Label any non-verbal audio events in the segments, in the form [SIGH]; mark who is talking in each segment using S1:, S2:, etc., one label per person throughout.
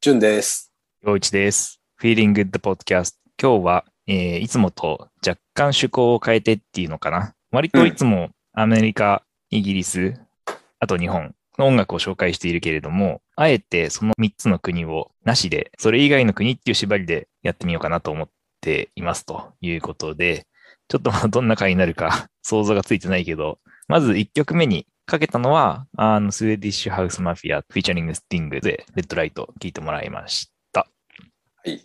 S1: じゅんです。
S2: 陽一です。Feeling Good Podcast。今日は、えーいつもと若干趣向を変えてっていうのかな。割といつもアメリカ、イギリス、あと日本の音楽を紹介しているけれども、あえてその3つの国をなしで、それ以外の国っていう縛りでやってみようかなと思っていますということで、ちょっとまあどんな回になるか想像がついてないけど、まず1曲目にかけたのは、あの、スウェディッシュハウスマフィア、フィーチャリングスティングで、レッドライト聞いてもらいました。
S1: はい。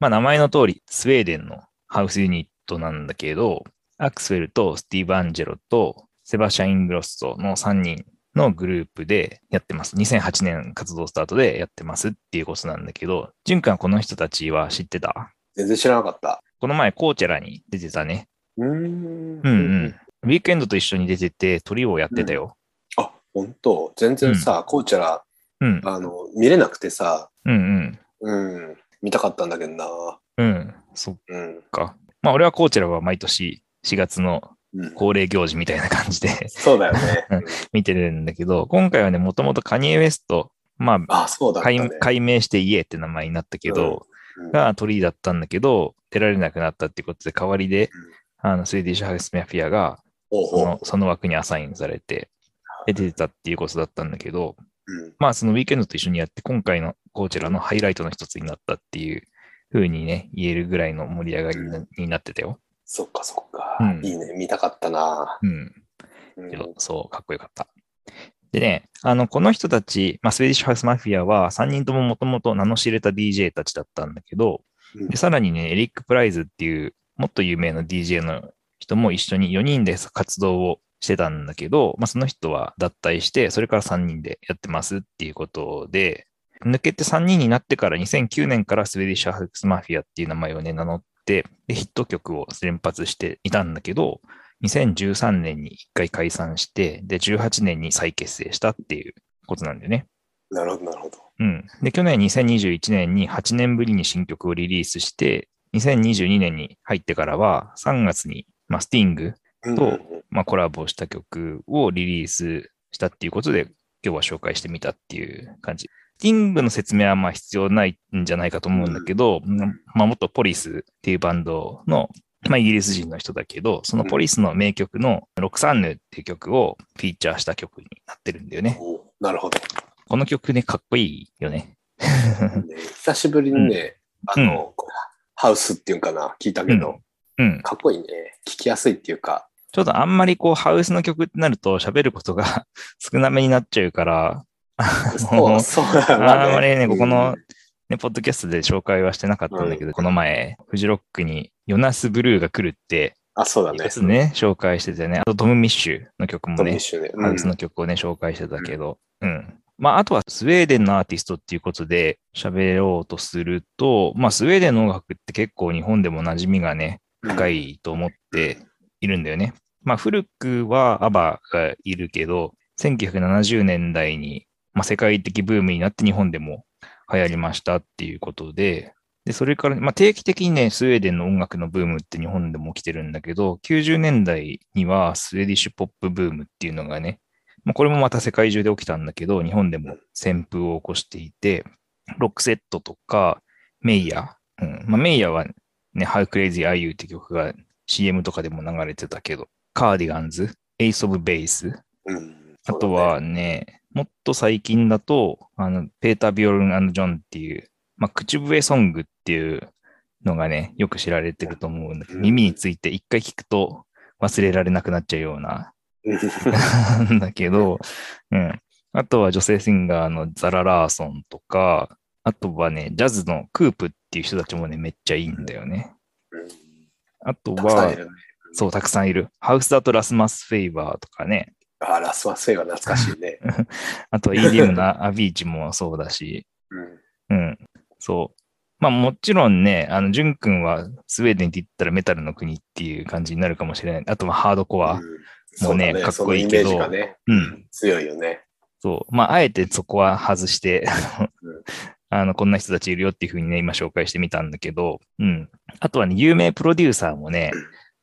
S2: まあ、名前の通り、スウェーデンのハウスユニットなんだけど、アクスウェルとスティーブ・アンジェロとセバシャイン・グロッソの3人のグループでやってます。2008年活動スタートでやってますっていうことなんだけど、純君はこの人たちは知ってた
S1: 全然知らなかった。
S2: この前、コーチェラに出てたね。
S1: うーん。
S2: うんうん。。ウィークエンドと一緒に出てて、トリをやってたよ。
S1: あ、本当全然さ、コーチャラ、
S2: うん、
S1: あの、見れなくてさ、
S2: うん、うん。
S1: うん、見たかったんだけどな。
S2: うん、そっ
S1: うん。
S2: か。まあ、俺はコーチェラは毎年4月の
S1: うん、
S2: 恒例行事みたいな感じで
S1: そうだよね。
S2: うん見てるんだけど、今回はね、もともとカニエ・ウェスト、まあ、
S1: あ、そうだったね
S2: 改。改名してイエって名前になったけど、
S1: うん
S2: が鳥居だったんだけど、出られなくなったってことで、代わりで、あのスウェーディッシュハウスマフィアが
S1: ほう
S2: その
S1: ほ、
S2: その枠にアサインされて、で出てたっていうことだったんだけど、
S1: う。うん。
S2: まあ、そのウィークエンドと一緒にやって、今回のコーチェラのハイライトの一つになったっていうふうにね、言えるぐらいの盛り上がりなになってたよ。
S1: そっかそっか、
S2: うん
S1: いいね。見たかったな。
S2: うん。
S1: うん
S2: けどそう、かっこよかった。でね、あの、この人たち、まあ、スウェーディッシュハウスマフィアは3人とももともと名の知れた DJ たちだったんだけど、
S1: うん
S2: でさらにね、エリック・プライズっていうもっと有名な DJ の人も一緒に4人で活動をしてたんだけど、まあ、その人は脱退して、それから3人でやってますっていうことで、抜けて3人になってから2009年からスウェーディッシュハウスマフィアっていう名前をね、名乗って、で、ヒット曲を連発していたんだけど、2013年に1回解散して、で、18年に再結成したっていうことなんだよね。
S1: なるほど、なるほど。
S2: うん。で、去年2021年に8年ぶりに新曲をリリースして、2022年に入ってからは3月に、まあ、スティング、
S1: うん
S2: と
S1: うん
S2: まあ、コラボした曲をリリースしたっていうことで、今日は紹介してみたっていう感じ。スティングの説明はまあ必要ないんじゃないかと思うんだけど、まあ、元ポリスっていうバンドの、まあ、イギリス人の人だけど、そのポリスの名曲のロクサンヌっていう曲をフィーチャーした曲になってるんだよね。
S1: おうなるほど、
S2: この曲ね、かっこいいよね。
S1: ね久しぶりにね、
S2: うん
S1: あの、こうハウスっていうんかな、聞いたけど、
S2: うん。
S1: かっこいいね。聞きやすいっていうか、
S2: ちょっとあんまりこう、ハウスの曲ってなると喋ることが [LAUGHS] 少なめになっちゃうから、あ
S1: そう、
S2: の
S1: そう
S2: あんまりね、ここの
S1: うん、
S2: ね、ポッドキャストで紹介はしてなかったんだけど、
S1: うん
S2: この前、フジロックにヨナス・ブルーが来るって、
S1: あ、そうだね。
S2: ですね、紹介しててね、あとトム・ミッシュの曲も
S1: トミッ
S2: ね、
S1: シュね。
S2: ハウスの曲をね、紹介してたけど、うん。まあ、あとはスウェーデンのアーティストっていうことで喋ろうとすると、まあ、スウェーデンの音楽って結構日本でも馴染みがね、深いと思っているんだよね。まあ、古くはアバがいるけど、1970年代に、まあ、世界的ブームになって日本でも流行りましたっていうことで、でそれから、まあ、定期的にね、スウェーデンの音楽のブームって日本でも起きてるんだけど、90年代にはスウェーディッシュポップブームっていうのがね、まあ、これもまた世界中で起きたんだけど、日本でも旋風を起こしていて、ロックセットとか、メイヤー、うんまあ、メイヤーはね、How Crazy Are You って曲が CM とかでも流れてたけど、カーディガンズ、エイス・オブ・ベース、
S1: うん。うん
S2: あと、はね、もっと最近だと、あの、ペーター・ビオルンジョンっていう、まあ、口笛ソングっていうのがね、よく知られてると思うんだけど、
S1: うん
S2: 耳について一回聞くと忘れられなくなっちゃうような、 [LAUGHS]
S1: そうだね
S2: なんだけど、うん。あとは女性シンガーのザラ・ラーソンとか、あとはね、ジャズのクープっていう人たちもね、めっちゃいいんだよね。
S1: うんうん
S2: あと
S1: たくさんい
S2: は、
S1: るね。
S2: そう、たくさんいる。ハウスだとラスマス・フェイバーとかね。
S1: あ、ラスワスイは懐かしい
S2: [LAUGHS]
S1: ね。
S2: あと EDM [LAUGHS] のアビーチもそうだし。
S1: うん
S2: うん。そう。まあもちろんね、あの、ジュン君はスウェーデンって言ったらメタルの国っていう感じになるかもしれない。あとはハードコア。
S1: うん
S2: もうね
S1: そだ
S2: かっこいいけど
S1: そのイメージがね、
S2: うん。
S1: 強いよね。
S2: そう。まああえてそこは外して、
S1: うん
S2: [LAUGHS] あの、こんな人たちいるよっていうふうにね、今紹介してみたんだけど、うん。あとはね、有名プロデューサーもね、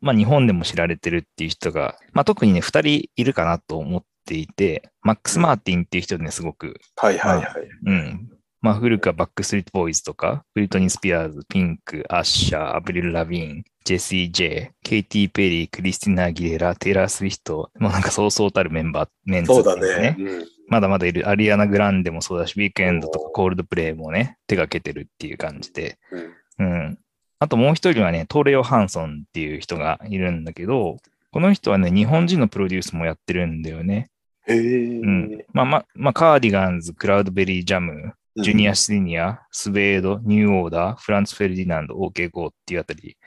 S2: まあ日本でも知られてるっていう人が、まあ特にね、二人いるかなと思っていて、マックス・マーティンっていう人でね、すごく
S1: はいはいはい。
S2: うん。まあ、古くはバックストリートボーイズとか、ブリトニー・スピアーズ、ピンク、アッシャー、アブリル・ラビーン、ジェシー・ジェイ、ケイティ・ペリー、クリスティナ・アギレラ、テイラー・スウィフト、もうなんかそうそうたるメンバー、メンツ
S1: そうだ
S2: です
S1: ね。うん
S2: まだまだいる、アリアナ・グランデもそうだし、ウィークエンドとかコールドプレイもね、手がけてるっていう感じで、
S1: うん
S2: うん。あともう一人はね、トーレ・ヨハンソンっていう人がいるんだけど、この人はね、日本人のプロデュースもやってるんだよね。
S1: へ
S2: うん
S1: え。。
S2: まあ、まあ、まあ、カーディガンズ、クラウドベリー・ジャム、ジュニア・シニア、スウェード、ニューオーダー、フランツ・フェルディナンド、OK ゴーっていうあたり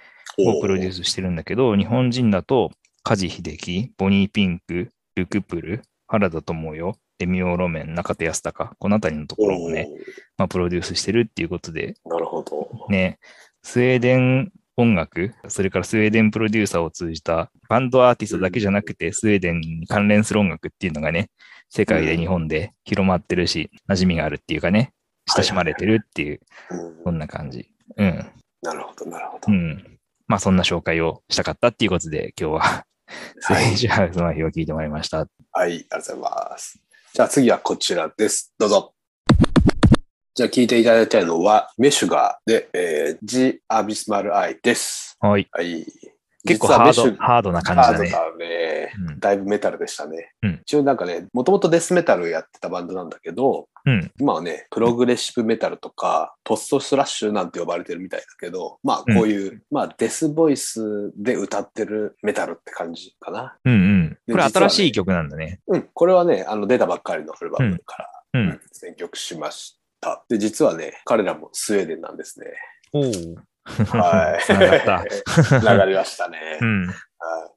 S2: をプロデュー
S1: ス。
S2: スしてるんだけど、日本人だと、梶秀樹、ボニー・ピンク、ルクプル、原田智代、レミオ・ロメン、中田康隆、このあたりのところもね、まあ、プロデュースしてるっていうことで、
S1: おー。なるほど。
S2: ね、スウェーデン音楽、それからスウェーデンプロデューサーを通じたバンドアーティストだけじゃなくて、スウェーデンに関連する音楽っていうのがね、世界で日本で広まってるし、馴染みがあるっていうかね、親しまれてるっていう、
S1: うん
S2: そんな感じ。うん。
S1: なるほど、なるほ
S2: う
S1: ど。
S2: ん。まあ、そんな紹介をしたかったっていうことで、今日は、スウェ
S1: は
S2: ー
S1: い。
S2: ジハウスの日を聞いてもらいました。
S1: はい、ありがとうございます。じゃあ次はこちらです。どうぞ。じゃあ聞いていただいたのは、メシュガーで、えー、ジ・アビスマル・アイです。
S2: はい。
S1: はい。
S2: 結構
S1: 実は
S2: ハ
S1: メシュ
S2: ード、ハードな感じだね。
S1: ハードだね。
S2: うん
S1: だいぶメタルでしたね。
S2: うん
S1: 一応なんかね、もともとデスメタルやってたバンドなんだけど、
S2: うん。
S1: 今はね、プログレッシブメタルとか、ポストスラッシュなんて呼ばれてるみたいだけど、まあこういう、まあデスボイスで歌ってるメタルって感じかな。
S2: うんうん。こ
S1: 実
S2: れ
S1: はね
S2: 新しい曲なんだね。
S1: うん、これはね、あの出たばっかりのアルバムから
S2: う
S1: うんん。選曲しました。で、実はね、彼らもスウェーデンなんですね。
S2: おお。 [LAUGHS]
S1: はい。
S2: つながった。
S1: [LAUGHS] つながりましたね
S2: [LAUGHS]
S1: [LAUGHS]
S2: う。ん。
S1: はい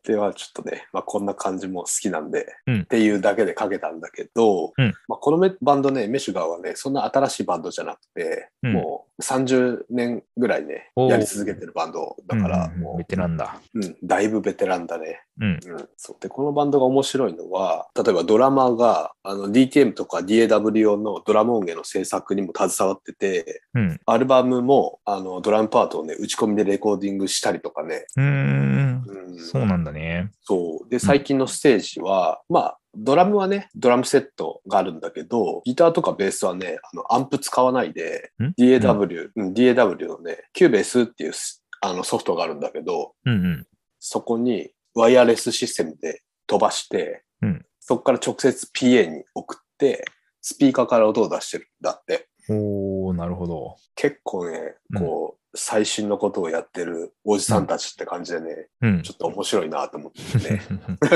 S1: では、ちょっとね、まあ、こんな感じも好きなんで、
S2: うん
S1: っていうだけでかけたんだけど、
S2: うん
S1: まあ、このメバンドね、メシュガーはね、そんな新しいバンドじゃなくて、
S2: うん
S1: もう30年ぐらいね、
S2: おー
S1: やり続けてるバンドだから、
S2: うんうん
S1: も
S2: ベテランだ。
S1: う、うん、だいぶベテランだね。
S2: うん。
S1: うん、そうでこのバンドが面白いのは例えばドラマーがあの DTM とか DAW のドラム音源の制作にも携わってて
S2: うん。
S1: アルバムもあのドラムパートをね打ち込みでレコーディングしたりとかね、
S2: うーん。
S1: うん、
S2: そうなんだね。
S1: そうで最近のステージは、まあドラムはねドラムセットがあるんだけどギターとかベースはねあのアンプ使わないで
S2: ん
S1: DAW、うん、DAW のね Cubase っていうスあのソフトがあるんだけど
S2: うんうん。
S1: そこにワイヤレスシステムで飛ばして、
S2: うん
S1: そこから直接 PA に送って、スピーカーから音を出してるんだって。
S2: おおなるほど。
S1: 結構ね
S2: う、ん
S1: こう、最新のことをやってるおじさんたちって感じでね、
S2: うん
S1: ち。ょっと面白いなと思ってね。
S2: [LAUGHS]
S1: [LAUGHS]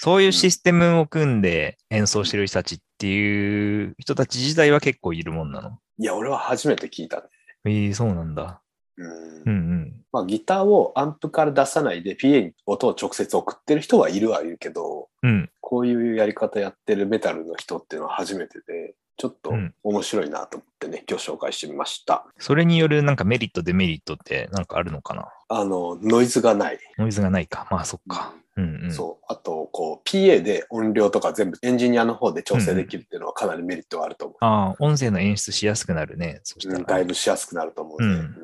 S2: そういうシステムを組んで演奏してる人たちっていう人たち自体は結構いるもんなの。
S1: いや、俺は初めて聞いたね。
S2: ええそうなんだ。
S1: うん
S2: うんうん。
S1: まあ、ギターをアンプから出さないで PA に音を直接送ってる人はいるはいるけど、
S2: うん。
S1: こういうやり方やってるメタルの人っていうのは初めてで、ちょっと
S2: うん
S1: 面白いなと思ってね、今日紹介してみました。
S2: それによるなんかメリット、デメリットってなんかあるのかな
S1: あの、ノイズがない。
S2: ノイズがないか。まあそっか。うんうん。
S1: そう。あと、こう、PA で音量とか全部エンジニアの方で調整できるっていうのはかなりメリットがあると思う。
S2: ああ、音声の演出しやすくなるね。そしたら、
S1: うんだいぶしやすくなると思うね。
S2: うん
S1: うん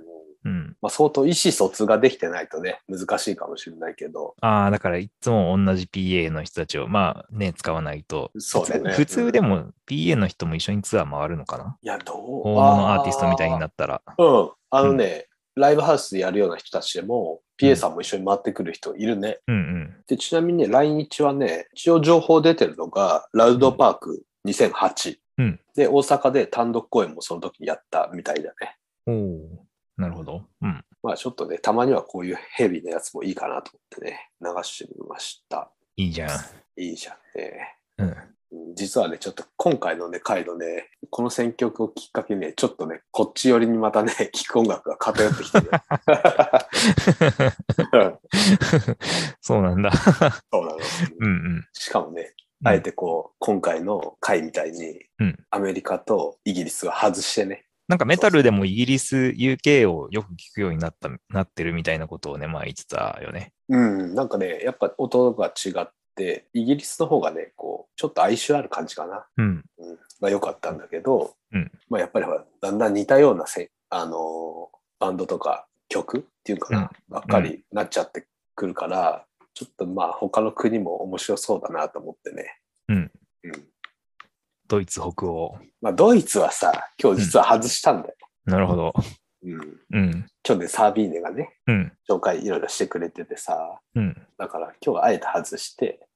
S2: うん。
S1: まあ、相当意思疎通ができてないとね、難しいかもしれないけど、
S2: ああ、だからいつも同じ PA の人たちを、まあね、使わないと。
S1: そうだよね
S2: 普通普通でも PA の人も一緒にツアー回るのかな、
S1: いや、どう
S2: 大物アーティストみたいにな
S1: っ
S2: ったら。
S1: うん。あのね、ライブハウスでやるような人たちでも、PA さんも一緒に回ってくる人いるね。
S2: うんうん。
S1: で、ちなみにね、来日はね、一応情報出てるのが、ラウドパーク2008。
S2: うん
S1: で、大阪で単独公演もその時にやったみたいだね。
S2: おおーなるほど。うん。
S1: まあちょっとね、たまにはこういうヘビーなやつもいいかなと思ってね、流してみました。
S2: いいじゃん。
S1: [LAUGHS] いいじゃんね。
S2: うん。
S1: うん実はね、ちょっと今回のね、回のね、この選曲をきっかけにね、ちょっとね、こっち寄りにまたね、聴く音楽が偏ってき
S2: [LAUGHS]
S1: てる。うん
S2: そうなんだ。
S1: そうなの。
S2: うんうん。
S1: しかもね、あえてこう、今回の回みたいに
S2: うん、
S1: アメリカとイギリスが外してね、
S2: なんかメタルでもイギリス、UK をよく聞くようになった、なってるみたいなことをね、まあ言ってたよね。
S1: うん、なんかね、やっぱ音が違って、イギリスの方がね、こう、ちょっと哀愁ある感じかな。
S2: うん。
S1: うんまあ、良かったんだけど、
S2: うん
S1: まあ、やっぱりほらだんだん似たようなせ、あのーバンドとか曲っていうかな、ばっかりなっちゃってくるから、ちょっとまあ他の国も面白そうだなと思ってね。
S2: うん
S1: うん
S2: ドイツ、北欧。
S1: まあ、ドイツはさ、今日実は外したんだよ。
S2: なるほど。
S1: うん。
S2: うん。
S1: 去年サービーネがね、
S2: うん。
S1: 紹介いろいろしてくれててさ、
S2: うん。
S1: だから今日はあえて外して、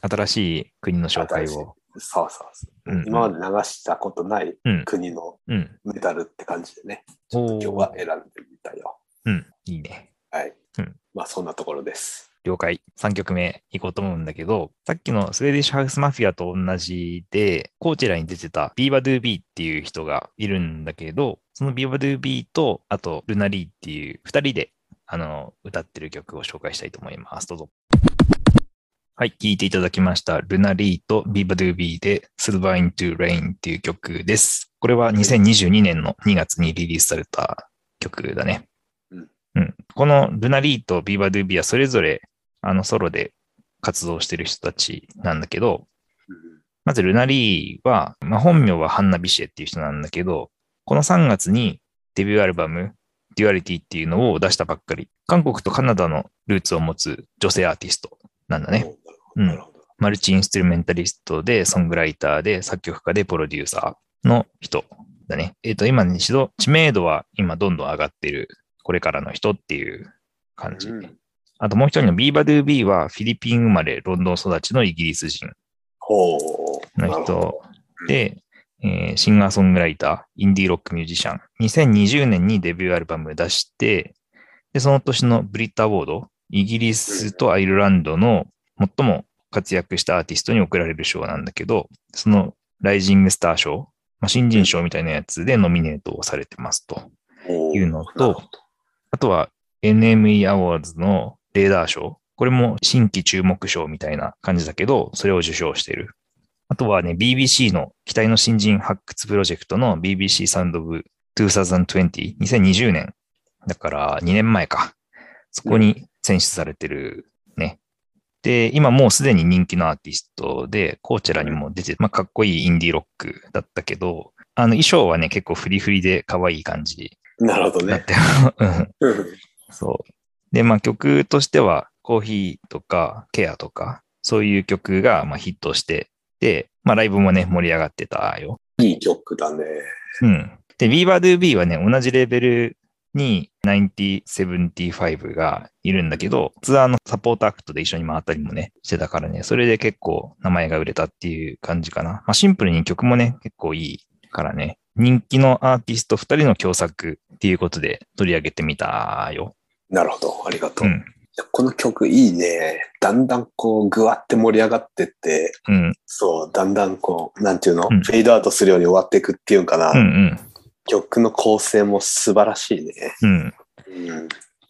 S2: 新しい国の紹介を。
S1: そうそうそう
S2: うん。
S1: 今まで流したことない
S2: うん。
S1: 国の
S2: うん。
S1: メダルって感じでね、ちょ
S2: お
S1: っ
S2: ー
S1: と今日は選んでみたよ。
S2: うん。いいね。
S1: はい。
S2: うん
S1: まあそんなところです。
S2: 了解。3曲目行こうと思うんだけど、さっきのスウェーディッシュハウスマフィアと同じで、コーチェラに出てたビーバドゥービーっていう人がいるんだけど、そのビーバドゥービーと、あとルナリーっていう2人で、あの、歌ってる曲を紹介したいと思います。どうぞ。はい、聴いていただきました。ルナリーとビーバドゥービーで、スルバイントゥレインっていう曲です。これは2022年の2月にリリースされた曲だね。
S1: うん
S2: うん、このルナリーとビーバドゥービーはそれぞれあの、ソロで活動してる人たちなんだけど、
S1: うん
S2: まずルナリーは、まあ、本名はハンナ・ビシエっていう人なんだけど、この3月にデビューアルバム、デュアリティっていうのを出したばっかり、韓国とカナダのルーツを持つ女性アーティストなんだね。うん
S1: なるほど。
S2: マルチインストゥルメンタリストで、ソングライターで、作曲家で、プロデューサーの人だね。えっ、と、今一度、知名度は今どんどん上がってる、これからの人っていう感じ。
S1: うん
S2: あともう一人のビーバドゥービーはフィリピン生まれ、ロンドン育ちのイギリス人
S1: ほう。なる
S2: の
S1: ほど
S2: 人で、えーシンガーソングライター、インディーロックミュージシャン。2020年にデビューアルバム出して、で、その年のブリットアワード、イギリスとアイルランドの最も活躍したアーティストに贈られる賞なんだけど、そのライジングスター賞、まあ、新人賞みたいなやつでノミネートをされてますと。
S1: ほ
S2: いうのと
S1: なるほど
S2: あとは NME アワーズのレーダー賞。これも新規注目賞みたいな感じだけど、それを受賞している。あとはね、BBC の期待の新人発掘プロジェクトの BBC サウンドオブ2020、2020年。だから2年前か。そこに選出されてるね。で、今もうすでに人気のアーティストで、コーチェラにも出て、まあかっこいいインディーロックだったけど、あの衣装はね、結構フリフリで可愛い感じ
S1: なるほど
S2: になっ
S1: ね。
S2: て、うん
S1: うん
S2: そう。で、まあ曲としては、コーヒーとか、ケアとか、そういう曲がまあヒットして、で、まあライブもね、盛り上がってたよ。
S1: いい曲だね。
S2: うん。で、ビーバードゥービーはね、同じレーベルに9075がいるんだけど、ツアーのサポートアクトで一緒に回ったりもね、してたからね、それで結構名前が売れたっていう感じかな。まあシンプルに曲もね、結構いいからね、人気のアーティスト2人の共作っていうことで取り上げてみたよ。
S1: なるほど。ありがと
S2: う
S1: う。
S2: ん。
S1: この曲いいね。だんだんこう、ぐわって盛り上がってって、
S2: うん。
S1: そう、だんだんこう、なんていうの、
S2: うん
S1: フェードアウトするように終わっていくっていうんかな。
S2: うんうん。
S1: 曲の構成も素晴らしいね。
S2: うん。
S1: うん。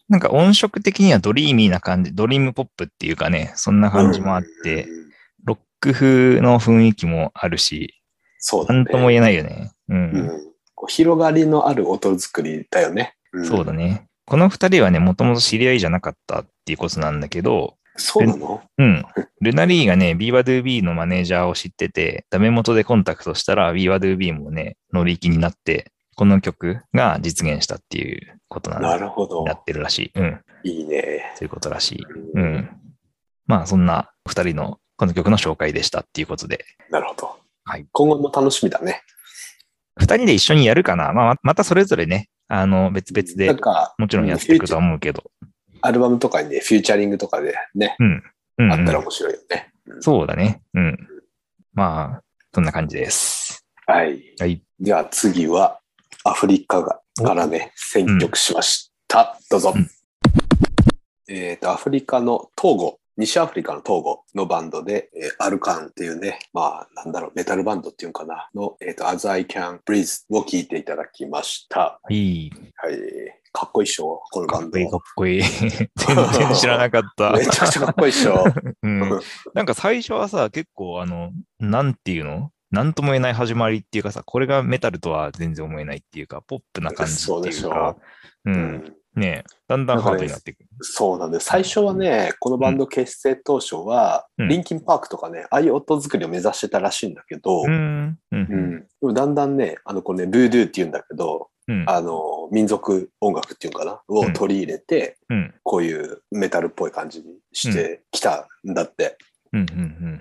S2: なんか音色的にはドリーミーな感じ、ドリームポップっていうかね、そんな感じもあって、
S1: うん
S2: ロック風の雰囲気もあるし、
S1: そうだ
S2: な
S1: ね。
S2: んとも言えないよね。うん。
S1: うん。こう広がりのある音作りだよね。うん
S2: そうだね。この二人はね、もともと知り合いじゃなかったっていうことなんだけど、
S1: そうなの
S2: うん。ルナリーがね、ビーバドゥービーのマネージャーを知ってて、ダメ元でコンタクトしたら、ビーバドゥービーもね、乗り気になって、この曲が実現したっていうことなんだ
S1: なるほど
S2: な。ってるらしい。うん。
S1: いいね。
S2: ということらしい。うん。まあ、そんな二人のこの曲の紹介でしたっていうことで、
S1: なるほど。
S2: はい
S1: 今後も楽しみだね。
S2: 二人で一緒にやるかな、まあ、またそれぞれね、あの、別々
S1: な
S2: で
S1: ん、か、
S2: もちろんやっていくとは思うけど。
S1: アルバムとかにね、フューチャリングとかでね、
S2: うん、
S1: あったら
S2: うん。
S1: 面白いよね。
S2: そうだね。うん。まあ、そんな感じです。
S1: はい。
S2: はい。
S1: では次は、アフリカがからね、選曲しました。どうぞ。
S2: うん
S1: えっと、アフリカのトーゴ、西アフリカのトーゴのバンドで、えーアルカンっていうね、まあ、なんだろう、メタルバンドっていうのかな、の、えっ、と、As I Can Breathe を聴いていただきました。
S2: いい。
S1: はい。かっこいいっしょ、この
S2: か
S1: バ
S2: っ
S1: ン
S2: こ
S1: ド。
S2: いい、かっ
S1: [LAUGHS]
S2: こいい。全然知らなかった。
S1: めちゃくちゃかっこいいっしょ。
S2: うん。なんか最初はさ、結構、あの、なんていうのなんとも言えない始まりっていうかさ、これがメタルとは全然思えないっていうか、ポップな感じって
S1: そうで
S2: い
S1: し
S2: うか
S1: ょ、う
S2: う、
S1: んん
S2: ねえだんだんハードになっていく。
S1: そうなんです。最初はね、このバンド結成当初は、
S2: うん
S1: リンキンパークとかね、ああいう音作りを目指してたらしいんだけど、
S2: うーん。
S1: う
S2: う。
S1: んん、でもだんだんね、あの、これね、ブードゥーって言うんだけど、
S2: うん。
S1: あの、民族音楽っていうのかな、を取り入れて、
S2: うん。
S1: こういうメタルっぽい感じにしてきたんだって。
S2: うん。うん。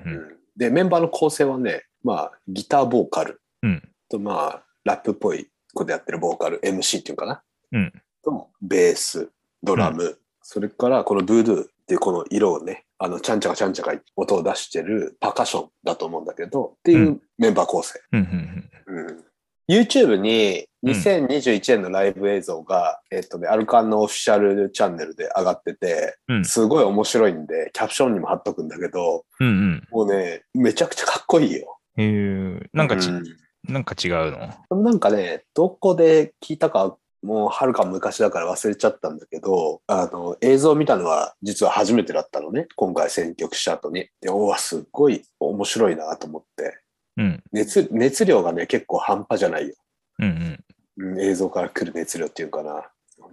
S2: うん。
S1: うんで、メンバーの構成はね、まあ、ギターボーカル
S2: うん。
S1: と、まあ、ラップっぽいことやってるボーカル、MC っていうのかな。
S2: うん。
S1: と、ベース、ドラム、それからこのブードゥーっていうこの色をね、あの、ちゃんちゃかちゃんちゃか音を出してるパーカッションだと思うんだけど、っていうメンバー構成。
S2: うん。うん。
S1: うん、YouTube に
S2: うん
S1: 2021年のライブ映像が、えっとね、アルカンのオフィシャルチャンネルで上がってて、
S2: うん
S1: すごい面白いんで、キャプションにも貼っとくんだけど、
S2: うん。うん
S1: もうね、めちゃくちゃかっこいいよ。
S2: うん。へえなんかち、
S1: うん
S2: なんか違うの
S1: でもなんかね、どこで聞いたか、もうはるか昔だから忘れちゃったんだけど、あの、映像を見たのは実は初めてだったのね。今回選曲した後に。で、おわ、すっごい面白いなと思って。
S2: うん。
S1: 熱、熱量がね、結構半端じゃないよ。
S2: うん。
S1: うん、映像から来る熱量っていうかな。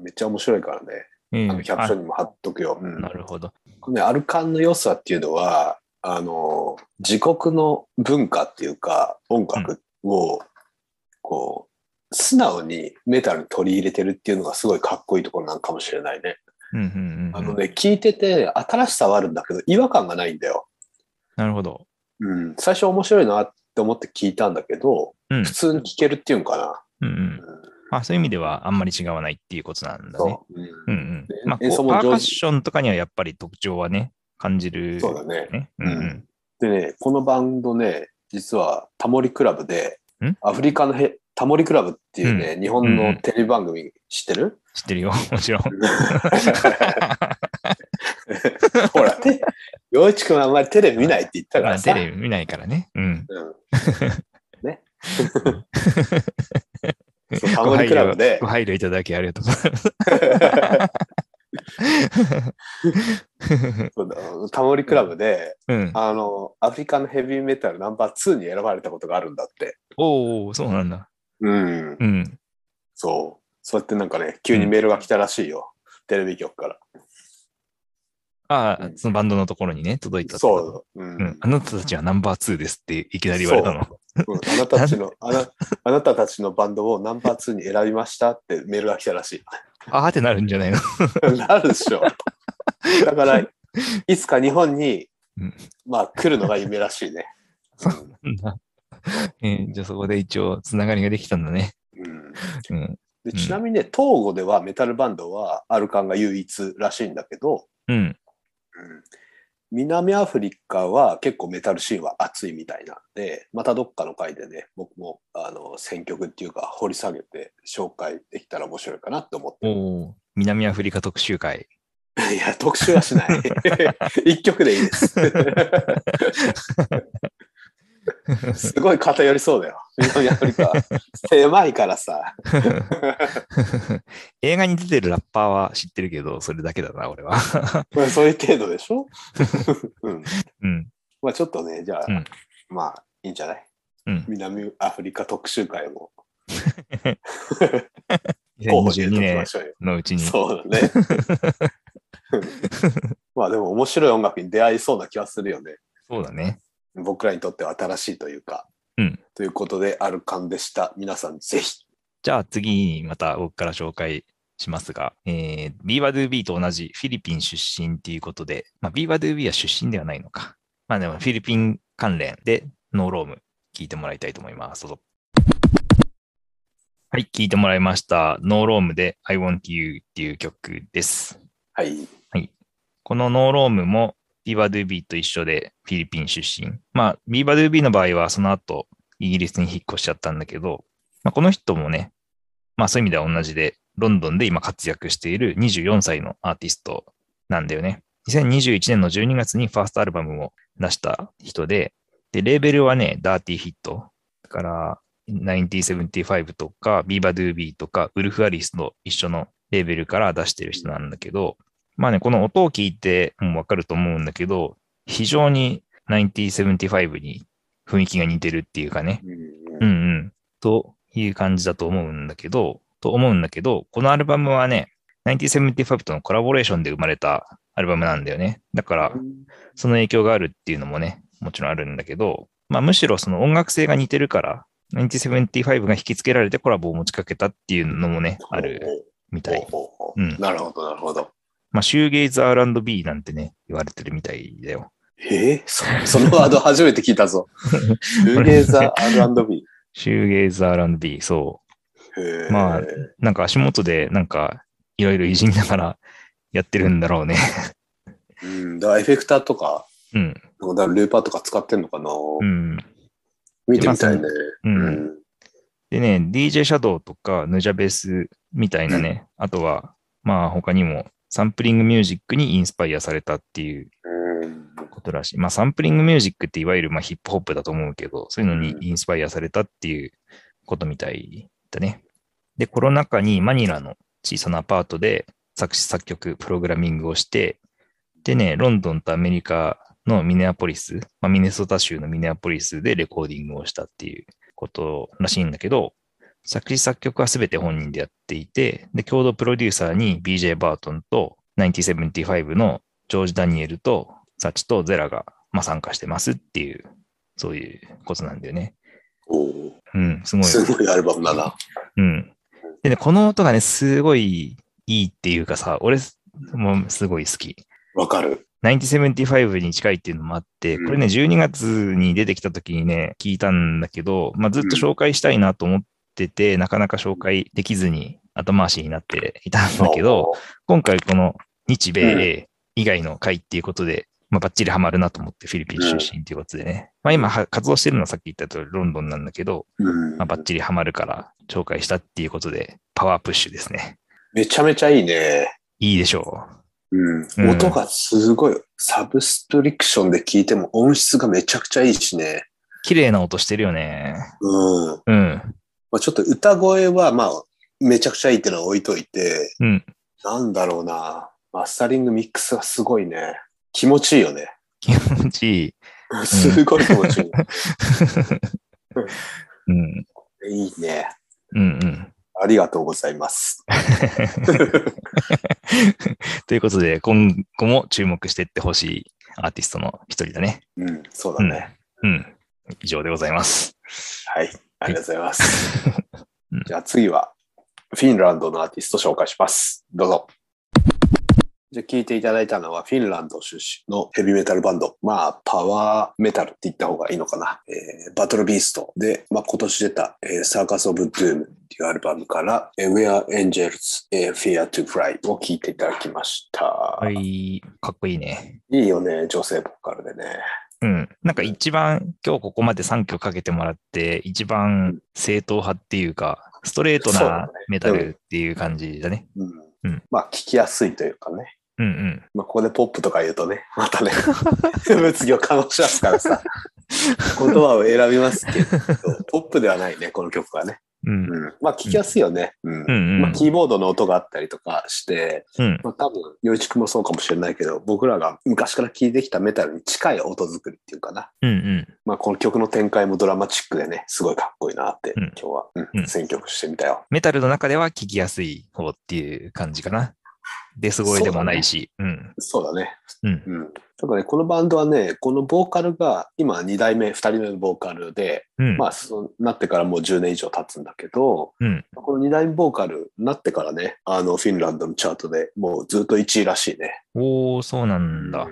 S1: めっちゃ面白いからね。
S2: うん。へえ
S1: あのキャプションにも貼っとくよ。う
S2: あ
S1: ん
S2: なるほど。
S1: このね、アルカンの良さっていうのは、あの、自国の文化っていうか、音楽を、こう、素直にメタルに取り入れてるっていうのがすごいかっこいいところなのかもしれないね。
S2: うん。うん。うん
S1: あの。ね、聞いてて新しさはあるんだけど、違和感がないんだよ。
S2: なるほど。
S1: うん。最初面白いなって思って聞いたんだけど、
S2: うん
S1: 普通に聞けるっていうのか
S2: うんうん
S1: な。うん
S2: あ、そういう意味ではあんまり違わないっていうことなんだね。
S1: そう。うん
S2: うんうん
S1: で。
S2: まあ、こ
S1: 演奏
S2: う
S1: も上
S2: パ
S1: 手
S2: ーカッションとかにはやっぱり特徴はね、感じる、
S1: そうだね。
S2: ね。う
S1: うん
S2: んうん。
S1: でね、このバンドね、実はタモリクラブで
S2: ん、
S1: アフリカのへタモリクラブっていうね、日本
S2: うんう
S1: の
S2: ん
S1: テレビ番組知って
S2: [LAUGHS]
S1: る、
S2: 知ってるよ、もちろん。
S1: ほら、て洋一くんあんまりテレビ見ないって言ったか
S2: ま
S1: ら
S2: あ、
S1: さ。
S2: テレビ見ないからね。うん。
S1: うん、ね。そうタモリクラブで
S2: ご、配慮いただきありがとうございます。
S1: [LAUGHS] そうだタモリクラブで、
S2: うん。
S1: あの、アフリカのヘビーメタルナンバー2に選ばれたことがあるんだって。
S2: おおそうなんだ。
S1: うん。
S2: うん。
S1: そう。そうやってなんかね、急にメールが来たらしいよ。テレビ局から。
S2: ああ
S1: う、ん
S2: そのバンドのところにね、届いたってこと
S1: そう。う
S2: うん。あなたたちはナンバー2ですっていきなり言われたの。
S1: うんあなたたちのあな、あなたたちのバンドをナンバー2に選びましたってメールが来たらし
S2: ああってなるんじゃないの [LAUGHS]
S1: い。 [LAUGHS] なるでしょ。だから、いつか日本に
S2: うん、
S1: まあ来るのが夢らしいね。
S2: なんだえーじゃあそこで一応つながりができたんだね。
S1: うん
S2: うん。
S1: でちなみにね、東郷ではメタルバンドはアルカンが唯一らしいんだけど、
S2: うん。
S1: うん南アフリカは結構メタルシーンは熱いみたいなんで、またどっかの回でね、僕もあの選曲っていうか掘り下げて紹介できたら面白いかなって思って
S2: おお南アフリカ特集会。 [LAUGHS]
S1: いや、特集はしない。一曲でいい
S2: [LAUGHS]
S1: です。すごい偏りそうだよ。南アフリカ。狭いからさ。
S2: 映画に出てるラッパーは知ってるけど、それだけだな、俺は。
S1: まあ、そういう程度でし
S2: [LAUGHS]
S1: ょ、うん、
S2: うん。
S1: まあちょっとね、じゃあ、
S2: うん
S1: まあいいんじゃない
S2: うん。
S1: 南アフリカ特集会も候補に入れておき
S2: 2022年
S1: ましょうよ。
S2: のうちに。
S1: そうだね。
S2: [LAUGHS]
S1: まあでも面白い音楽に出会いそうな気はするよね。
S2: そうだね。
S1: 僕らにとっては新しいというか。
S2: うん
S1: ということで、アルカンでした。皆さんぜひ。
S2: じゃあ次にまた僕から紹介しますが、えー、ビーバドゥービーと同じフィリピン出身ということで、まあ、ビーバドゥービーは出身ではないのか。まあでもフィリピン関連でノーローム聞いてもらいたいと思います。どうぞ。はい、聞いてもらいました。ノーロームで I Want You っていう曲です。
S1: はい。
S2: このノーロームもビーバドゥービーと一緒でフィリピン出身。まあ、ビーバドゥービーの場合はその後イギリスに引っ越しちゃったんだけど、まあ、この人もね、まあそういう意味では同じで、ロンドンで今活躍している24歳のアーティストなんだよね。2021年の12月にファーストアルバムを出した人で、で、レーベルはね、ダーティーヒット。だから、1975とか、ビーバドゥービーとか、ウルフ・アリスと一緒のレーベルから出してる人なんだけど、まあね、この音を聞いてもわかると思うんだけど、非常に1975に雰囲気が似てるっていうかね、うんうん。という感じだと思うんだけど、と思うんだけど、このアルバムはね、1975とのコラボレーションで生まれたアルバムなんだよね。だから、その影響があるっていうのもね、もちろんあるんだけど、まあ、むしろその音楽性が似てるから、1975が引き付けられてコラボを持ちかけたっていうのもね、あるみたい。
S1: ほうほうほう
S2: うん
S1: なるほど、なるほど。
S2: まあ、シューゲイズ R&B なんてね、言われてるみたいだよ。
S1: えーそ [LAUGHS] そのワード初めて聞いた
S2: [LAUGHS]
S1: ぞ。シューゲーザー R&B。
S2: シューゲイザー R&B、そ
S1: へー
S2: まあう。なんか足元で、なんか、いろいろいじりながらやってるんだろうね。
S1: うん、だからエフェクターとか、
S2: うん。
S1: だからルーパーとか使ってんのかな、
S2: うん。
S1: 見てみたいね。
S2: うんでね、DJ シャドウとか、ヌジャベースみたいなね、あとは、まあ他にも、サンプリングミュージックにインスパイアされたっていう
S1: うん。
S2: ことらしい。まあサンプリングミュージックっていわゆるまあヒップホップだと思うけど、そういうのにインスパイアされたっていうことみたいだね。で、コロナ禍にマニラの小さなアパートで作詞作曲、プログラミングをして、でね、ロンドンとアメリカのミネアポリス、まあ、ミネソタ州のミネアポリスでレコーディングをしたっていうことらしいんだけど、作詞作曲は全て本人でやっていて、で、共同プロデューサーに BJ バートンと1975のジョージ・ダニエルとサチとゼラが、まあ、参加してますっていう、そういうことなんだよね。
S1: おー
S2: うん、すごい。
S1: すごいアルバムだな。
S2: うん。でね、この音がね、すごいいいっていうかさ、俺もすごい好き。
S1: わかる。
S2: 1975に近いっていうのもあって、
S1: うん
S2: これね、12月に出てきた時にね、聞いたんだけど、まあ、ずっと紹介したいなと思ってて、なかなか紹介できずに後回しになっていたんだけど、今回この日米英以外の会っていうことで、まあ、バッチリハマるなと思って、フィリピン出身ということでね。まあ、今は活動してるのはさっき言った通りロンドンなんだけど、
S1: うん
S2: まあ、バッチリハマるから紹介したっていうことで、パワープッシュですね。
S1: めちゃめちゃいいね。
S2: いいでしょ
S1: うん
S2: うん
S1: 音がすごい、サブストリクションで聞いても音質がめちゃくちゃいいしね。
S2: う。綺麗な音してるよね。
S1: うん。
S2: うん。
S1: まあ、ちょっと歌声は、まあ、めちゃくちゃいいってのは置いといて、
S2: うん。
S1: なんだろうな。マスタリングミックスがすごいね。気持ちいいよね。
S2: 気持ちいい。
S1: すごい気持ちいい。
S2: うん。
S1: い [LAUGHS] いね。
S2: うんうん。 [LAUGHS]
S1: ありがとうございます。
S2: ということで、今後も注目していってほしいアーティストの一人だね。
S1: うん、そうだ
S2: うん
S1: ね。。
S2: うん。以上でございます。
S1: はい、ありがとうございます。じゃあ次は、フィンランドのアーティスト紹介します。どうぞ。じゃあ聞いていただいたのは、フィンランド出身のヘビーメタルバンド。まあ、パワーメタルって言った方がいいのかな。えーバトルビーストで、まあ、今年出た、えーサーカス・オブ・ドゥームっていうアルバムから、えー Where Angels、えー Fear to Fly を聞いていただきました。、
S2: はいい。かっこいいね。
S1: いよね、女性ボーカルでね。
S2: うん。なんか一番、今日ここまで3曲かけてもらって、一番正統派っていうか、ストレート
S1: そうだ
S2: な
S1: ね
S2: メタルっていう感じだね。
S1: うん
S2: うん
S1: まあ、聞きやすいというかね。
S2: うんうん。
S1: まあ、ここでポップとか言うとね、またね、物議を醸し出すからさ、言葉を選びますけど、ポップではないね、この曲はね。
S2: うん
S1: う。ん、まあ、聞きやすいよね。うん
S2: うんうん
S1: まあ、キーボードの音があったりとかして、
S2: うん。
S1: まあ、多分、洋一くんもそうかもしれないけど、僕らが昔から聴いてきたメタルに近い音作りっていうかな。
S2: うんうん。
S1: まあ、この曲の展開もドラマチックでね、すごいかっこいいなって、
S2: うん
S1: 今日は、うん
S2: うん
S1: 選曲してみたよ。
S2: メタルの中では聞きやすい方っていう感じかな。ですごいでもないし。うん。
S1: そうだね。
S2: うん。
S1: うん。だからね、このバンドはね、このボーカルが、今2代目、2人目のボーカルで、
S2: うん。
S1: まあ、そうなってからもう10年以上経つんだけど、
S2: うん
S1: この2代目ボーカルになってからね、あの、フィンランドのチャートでもうずっと1位らしいね。
S2: おー、そうなんだ。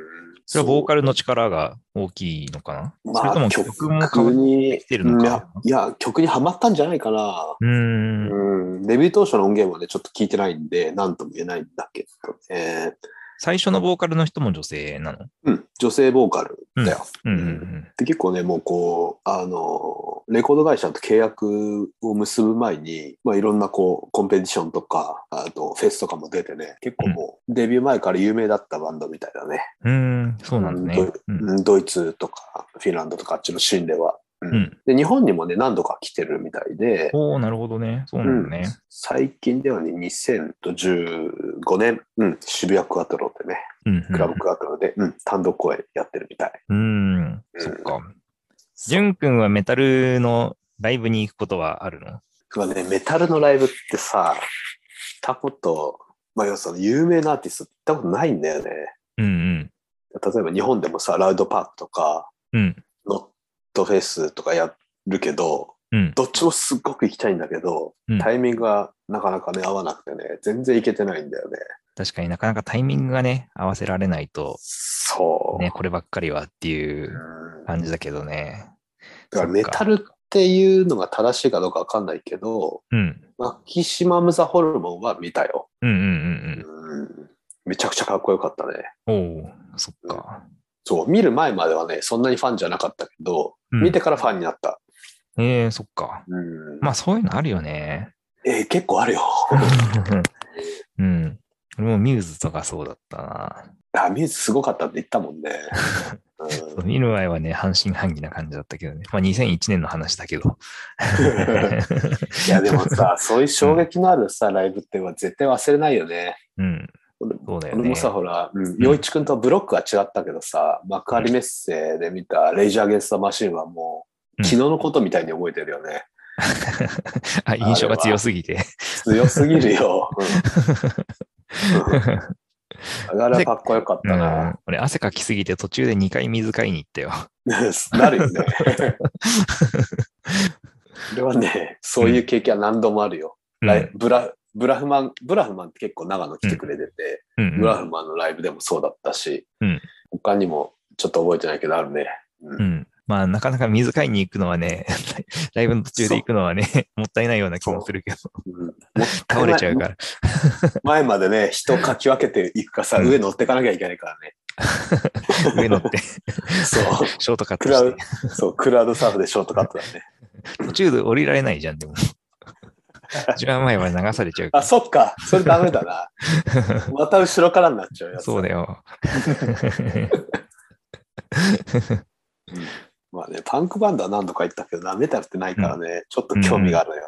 S2: それはボーカルの力が大きいのかな
S1: そう
S2: それと
S1: まあ、
S2: も
S1: 曲
S2: 曲も変わっ
S1: に、
S2: きてるのか
S1: うんいや、いや曲にはまったんじゃないかな。
S2: うーん。
S1: うん、デビュー当初の音源はね、ちょっと聞いてないんで、なんとも言えないんだけどね。
S2: 最初のボーカルの人も女性なの
S1: うん、女性ボーカルだよ。
S2: うんうん
S1: で結構ね、もうこう、あの、レコード会社と契約を結ぶ前に、まあいろんなこう、コンペティションとか、あとフェスとかも出てね、結構もうデビュー前から有名だったバンドみたいだね。
S2: うん。うーん、そうなんだね。うん
S1: うんドイツとかフィンランドとかあっちのシーンでは。うん
S2: うん
S1: で、日本にもね、何度か来てるみたいで、
S2: おー、なるほどね。そうなんだね。
S1: 最近ではね、2015年、うん、渋谷クアトロでね、
S2: うんうん
S1: クラブクアトロで、うん、単独公演やってるみたい。
S2: うん、そっか。ジュン君はメタルのライブに行くことはあるの
S1: まあね、メタルのライブってさ、行ったこと、まあ要はその有名なアーティストって行ったことないんだよね。
S2: うん
S1: 例えば日本でもさ、ラウドパークとか、
S2: うん。うん。
S1: ノットフェスとかやるけど、
S2: うん。
S1: どっちもすっごく行きたいんだけど
S2: うん、
S1: タイミングがなかなかね、合わなくてね、全然行けてないんだよね。
S2: 確かになかなかタイミングがね、合わせられないと、
S1: そう。
S2: ね、こればっかりはっていううん感じだけどね。
S1: だからメタ
S2: そっか
S1: ルっていうのが正しいかどうかわかんないけど、
S2: うん。
S1: マキシマム・ザ・ホルモンは見たよ。
S2: うんうん
S1: うんめちゃくちゃかっこよかったね。
S2: うんうん。おお、そっか。
S1: そう、見る前まではね、そんなにファンじゃなかったけど、
S2: うん
S1: 見てからファンになった。
S2: えー、そっか。
S1: うん
S2: まあそういうのあるよね。
S1: えー結構あるよ。
S2: [LAUGHS] うん。俺もミューズとかそうだったな。
S1: あ、ミューズすごかったって言ったもん
S2: [LAUGHS]
S1: ね。
S2: そう見る前はね、半信半疑な感じだったけどね。まあ2001年の話だけ [LAUGHS] ど。
S1: [LAUGHS] いや、でもさ、そういう衝撃のあるさ、ライブっては絶対忘れないよね。
S2: うん。
S1: 俺
S2: そうだよ
S1: 俺
S2: ね
S1: も。さ、ほら、うん洋一君とブロックは違ったけどさ、幕張メッセで見たレイジャー・ゲンスタ・マシンはもう、
S2: うん
S1: 昨日のことみたいに覚えてるよね。
S2: あ印象が強すぎて。
S1: 強すぎるよ。
S2: [LAUGHS]
S1: うんあれはかっこよかっ
S2: う
S1: た
S2: ん
S1: な。、
S2: 俺、汗かきすぎて途中で2回水買いに行ったよ。
S1: [LAUGHS] なるよ
S2: [LAUGHS]
S1: ね。それはね、そういう経験は何度もあるよ。ライブラブラフマン、ブラフマンって結構長野来てくれてて、
S2: うんうん
S1: ブラフマンのライブでもそうだったし、
S2: うん
S1: 他にもちょっと覚えてないけどあるね。うん
S2: うん。まあ、なかなか水買いに行くのはね、 [LAUGHS] ライブの途中で行くのはね、もったいないような気もするけど、
S1: うんもったい
S2: [LAUGHS] 倒
S1: ない
S2: れちゃうから。
S1: 前までね、人をかき分けていくかさ、
S2: うん
S1: 上乗ってかなきゃいけないからね。
S2: 上
S1: [LAUGHS]
S2: 乗って、 [LAUGHS]
S1: そう。
S2: ショートカッ
S1: ク
S2: ト
S1: ラ
S2: し
S1: ウ
S2: て、
S1: そう、クラウドサーフでショートカットだね。
S2: 途中で降りられないじゃ
S1: [LAUGHS]
S2: ん、でも。一番前は流されちゃう
S1: あ、
S2: か
S1: そっか。それダメだ
S2: [LAUGHS]
S1: な。また後ろからになっちゃうや
S2: ら。
S1: つ。
S2: そうだよ。
S1: [LAUGHS] まあね、パンクバンドは何度か言ったけどな、メタルってないからね、ちょっと興味があるよね。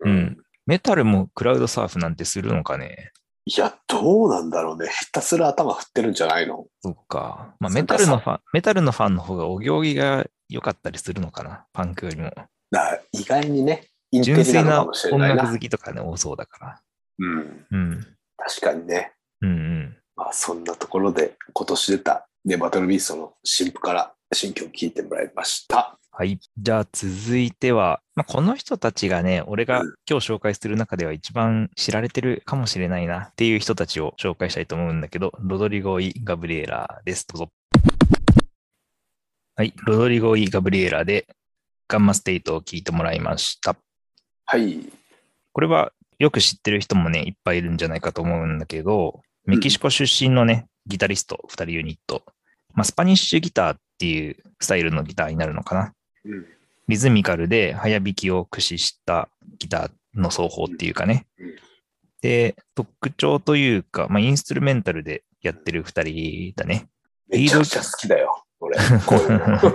S2: うんメタルもクラウドサーフなんてするのかね。
S1: いや、どうなんだろうね。ひたすら頭振ってるんじゃないの
S2: そっか。まあ、
S1: そ
S2: メ
S1: っか
S2: タルのファン、メタルのファンの方がお行儀が良かったりするのかな、パンクよりも。
S1: だ意外にね、インテ
S2: 純
S1: リ
S2: 粋
S1: なの
S2: な
S1: かもしれ
S2: 音
S1: ないな。
S2: 楽好きとかね、多そうだか
S1: うん、
S2: ら。うん。
S1: 確かにね。
S2: うんうん。
S1: まあ、そんなところで、今年出た、ね、バトルビーストの新譜から新曲聴いてもらいました。
S2: はい。じゃあ続いては、まあ、この人たちがね、俺が今日紹介する中では一番知られてるかもしれないなっていう人たちを紹介したいと思うんだけど、ロドリゴ・イ・ガブリエラです。どうぞ。はい。ロドリゴ・イ・ガブリエラでガンマステイトを聞いてもらいました。
S1: はい。
S2: これはよく知ってる人もね、いっぱいいるんじゃないかと思うんだけど、メキシコ出身のね、ギタリスト2人ユニット、まあ、スパニッシュギターっていうスタイルのギターになるのかな。
S1: うん
S2: リズミカルで早弾きを駆使したギターの奏法っていうかね
S1: うん。
S2: で、特徴というか、まあ、インストゥルメンタルでやってる2人だね。
S1: めちゃくちゃ好きだよ、俺。
S2: [LAUGHS]
S1: こういうの。 [LAUGHS]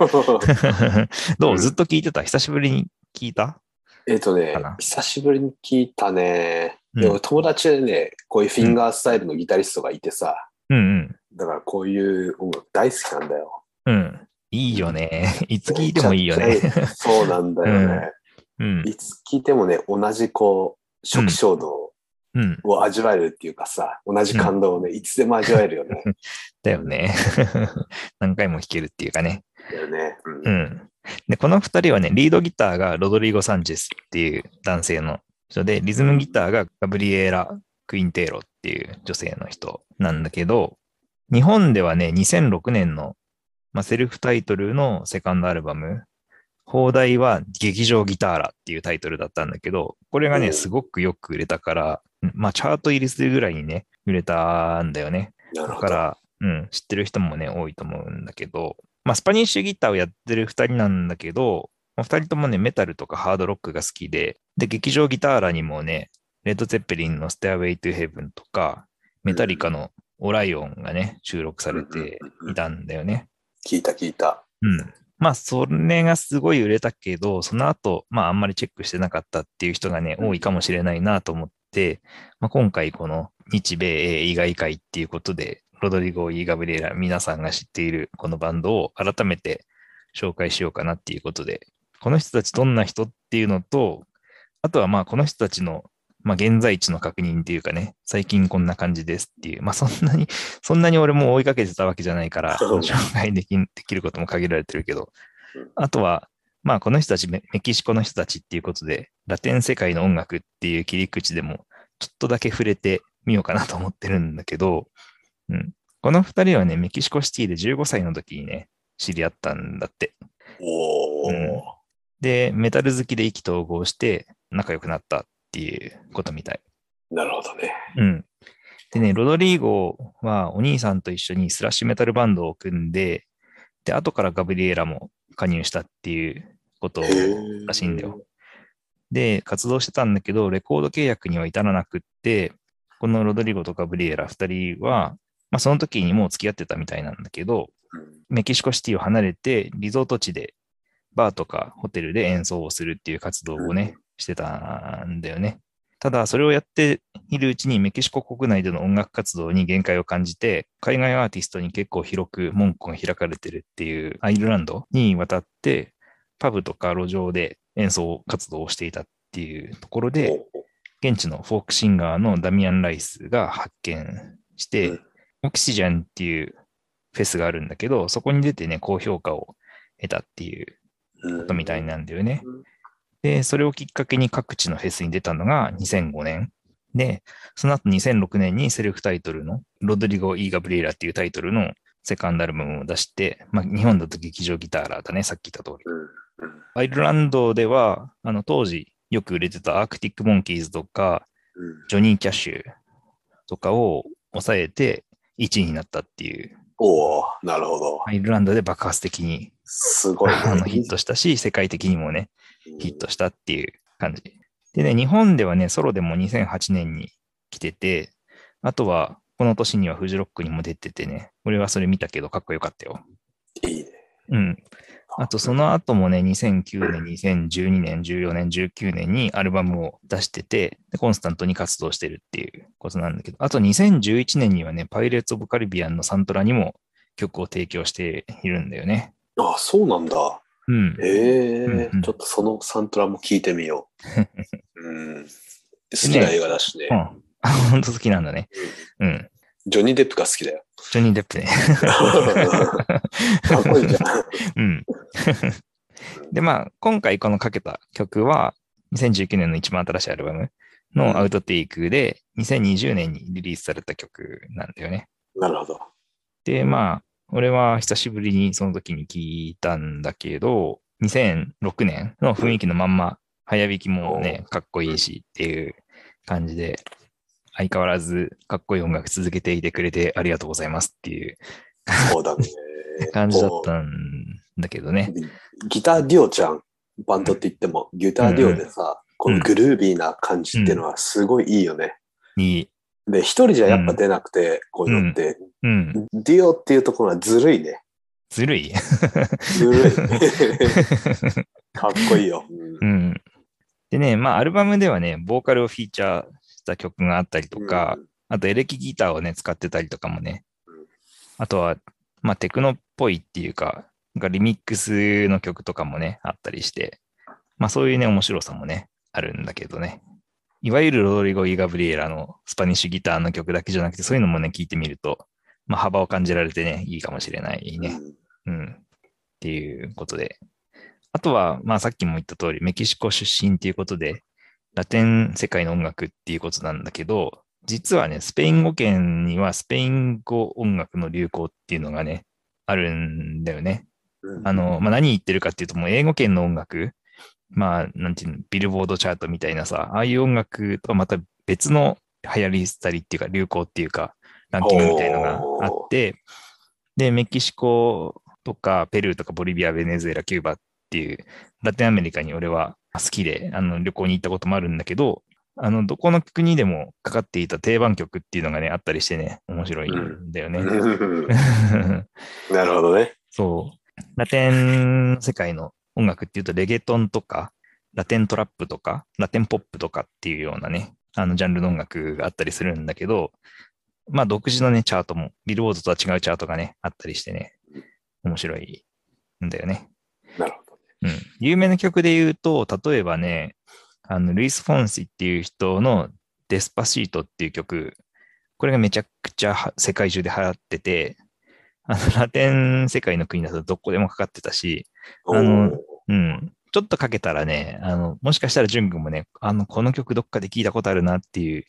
S2: ど
S1: う
S2: うんずっと聞いてた久しぶりに聞いた
S1: えっとね
S2: かな、
S1: 久しぶりに聞いたね。
S2: うん
S1: でも友達でね、こういうフィンガースタイルのギタリストがいてさ、
S2: うんうん。
S1: だからこういう音楽大好きなんだよ。
S2: うん。いいよね。いつ聞いてもいいよ
S1: め
S2: ね
S1: ち。ゃくちゃ。そうなんだよね。
S2: うん。
S1: いつ聴いてもね、同じこう、初期衝動
S2: うん。
S1: を味わえるっていうかさ、同じ感動をね、いつでも味わえる
S2: [LAUGHS]
S1: よね。
S2: だよね。何回も弾けるっていうかね。
S1: だよね。うん
S2: うん。で、この2人はね、リードギターがロドリゴ・サンチェスっていう男性の人で、リズムギターがガブリエラ・クインテーロっていう女性の人なんだけど、日本ではね、2006年の、まあ、セルフタイトルのセカンドアルバム、放題は劇場ギターラっていうタイトルだったんだけど、これが
S1: う
S2: ね、
S1: ん
S2: すごくよく売れたから、まあ、チャート入りするぐらいにね、売れたんだよね。
S1: なる
S2: だ
S1: ほ
S2: か
S1: ど。
S2: ら、うん、知ってる人もね、多いと思うんだけど、まあ、スパニッシュギターをやってる2人なんだけど、まあ、2人ともね、メタルとかハードロックが好きで、で、劇場ギターらにもね、レッド・ゼッペリンのステアウェイ・トゥ・ヘブンとか、メタリカのオライオンがね、収録されていたんだよね。
S1: 聞いた聞いた。
S2: うん。まあ、それがすごい売れたけど、その後、まあ、あんまりチェックしてなかったっていう人がね、
S1: うん
S2: 多いかもしれないなと思って、まあ、今回、この日米英以外会っていうことで、ロドリゴ・イー・ガブリエラ、皆さんが知っているこのバンドを改めて紹介しようかなっていうことで、この人たちどんな人っていうのと、あとはまあ、この人たちの、まあ、現在地の確認っていうかね、最近こんな感じですっていう、まあ、そんなに [LAUGHS] そんなに俺も追いかけてたわけじゃないから、
S1: そう
S2: 紹介できんできることも限られてるけど
S1: うん、
S2: あとは、まあこの人たちメ、メキシコの人たちっていうことで、ラテン世界の音楽っていう切り口でも、ちょっとだけ触れて見ようかなと思ってるんだけど、うん、この二人はね、メキシコシティで15歳の時にね、知り合ったんだって。
S1: おお、
S2: うんで、メタル好きで意気投合して仲良くなったっていうことみたい。
S1: なるほどね。
S2: うん。でね、ロドリーゴはお兄さんと一緒にスラッシュメタルバンドを組んで、で、後からガブリエラも加入したっていうことを
S1: ー
S2: らしいんだよ。で、活動してたんだけど、レコード契約には至らなくって、このロドリゴとガブリエラ2人は、まあその時にもう付き合ってたみたいなんだけど、
S1: うん
S2: メキシコシティを離れて、リゾート地で、バーとかホテルで演奏をするっていう活動をね、してたんだよね。ただ、それをやっているうちにメキシコ国内での音楽活動に限界を感じて、海外アーティストに結構広く門戸が開かれてるっていうアイルランドに渡って、パブとか路上で演奏活動をしていたっていうところで、
S1: おう
S2: 現地のフォークシンガーのダミアン・ライスが発見して、
S1: うん
S2: オキシジャンっていうフェスがあるんだけど、そこに出てね、高評価を得たっていう
S1: うん
S2: ことみたいなんだよね。
S1: うん
S2: で、それをきっかけに各地のフェスに出たのが2005年。で、その後2006年にセルフタイトルのロドリゴ・イー・ガブリエラっていうタイトルのセカンドアルバムを出して、まあ、日本だと劇場ギターラーだね、さっき言った通り。
S1: うんうん
S2: アイルランドでは、あの当時よく売れてたアークティック・モンキーズとか、
S1: うん
S2: ジョニー・キャッシュとかを抑えて1位になったっていう、
S1: おおなるほど。
S2: アイルランドで爆発的に
S1: すごいな。
S2: あのヒットしたし、世界的にもね、
S1: うん
S2: ヒットしたっていう感じ。でね、日本ではね、ソロでも2008年に来てて、あとはこの年にはフジロックにも出ててね、俺はそれ見たけどかっこよかったよ。
S1: いいね。
S2: うん。あと、その後もね、2009年、2012年、14年、19年にアルバムを出してて、でコンスタントに活動してるっていうことなんだけど、あと2011年にはね、パイレーツ・オブ・カリビアンのサントラにも曲を提供しているんだよね。
S1: あ、そうなんだ。
S2: うん。
S1: ええ
S2: うんうん
S1: ちょっとそのサントラも聞いてみよう。
S2: [LAUGHS]
S1: うん、好きな映画だしね。
S2: うん。あ、本当好きなんだね。うん。
S1: ジョニー・デップが好きだよ。 [LAUGHS]
S2: ジョニー・デップね。
S1: かっこいいじゃん。
S2: うん。 [LAUGHS] で、まあ、今回このかけた曲は、2019年の一番新しいアルバムのアウトテイクで、2020年にリリースされた曲なんだよね。
S1: なるほど。
S2: で、まあ、俺は久しぶりにその時に聞いたんだけど、2006年の雰囲気のまんま、早弾きもね、かっこいいしっていう感じで、相変わらずかっこいい音楽続けていてくれてありがとうございますっていう。
S1: そうだね
S2: 感じだったんだけどね。
S1: ギターデュオちゃん、バンドって言っても、ギターデュオでさ、このグルービーな感じっていうのはすごいいいよね。
S2: に、
S1: で、一人じゃやっぱ出なくて、こういうのって、
S2: うん、
S1: デュオっていうところはずるいね。
S2: ずるい。
S1: ずるい。かっこいいよ。
S2: うん。でね、まあ、アルバムではね、ボーカルをフィーチャーした曲があったりとか、あとエレキギターをね、使ってたりとかもね
S1: うん、
S2: あとは、まあ、テクノっぽいっていうか、がリミックスの曲とかもね、あったりして、まあ、そういうね、面白さもね、あるんだけどね。いわゆるロドリゴ・イ・ガブリエラのスパニッシュギターの曲だけじゃなくて、そういうのもね、聞いてみると、まあ、幅を感じられてね、いいかもしれないね。
S1: うん
S2: うん。っていうことで。あとは、まあさっきも言った通り、メキシコ出身っていうことで、ラテン世界の音楽っていうことなんだけど、実はね、スペイン語圏にはスペイン語音楽の流行っていうのがね、あるんだよね。
S1: うん
S2: あの、まあ何言ってるかっていうと、もう英語圏の音楽、まあなんていうの、ビルボードチャートみたいなさ、ああいう音楽とはまた別の流行りしたりっていうか、流行っていうか、ランキングみたいのがあって、で、メキシコとかペルーとかボリビア、ベネズエラ、キューバっていう、ラテンアメリカに俺は好きで、あの、旅行に行ったこともあるんだけど、あの、どこの国でもかかっていた定番曲っていうのがね、あったりしてね、面白いんだよね。
S1: うん
S2: [LAUGHS]
S1: なるほどね。
S2: そう。ラテン世界の音楽っていうと、レゲトンとか、ラテントラップとか、ラテンポップとかっていうようなね、あのジャンルの音楽があったりするんだけど、まあ独自のね、チャートも、ビルボードとは違うチャートがね、あったりしてね、面白いんだよね。
S1: なるほどね。
S2: うん。有名な曲で言うと、例えばね、あの、ルイス・フォンシっていう人のデスパシートっていう曲、これがめちゃくちゃは世界中で流行ってて、あの、ラテン世界の国だとどこでもかかってたし、あ
S1: お
S2: の
S1: ー
S2: うん。ちょっとかけたらね、あの、もしかしたら淳君もね、あの、この曲どっかで聞いたことあるなっていう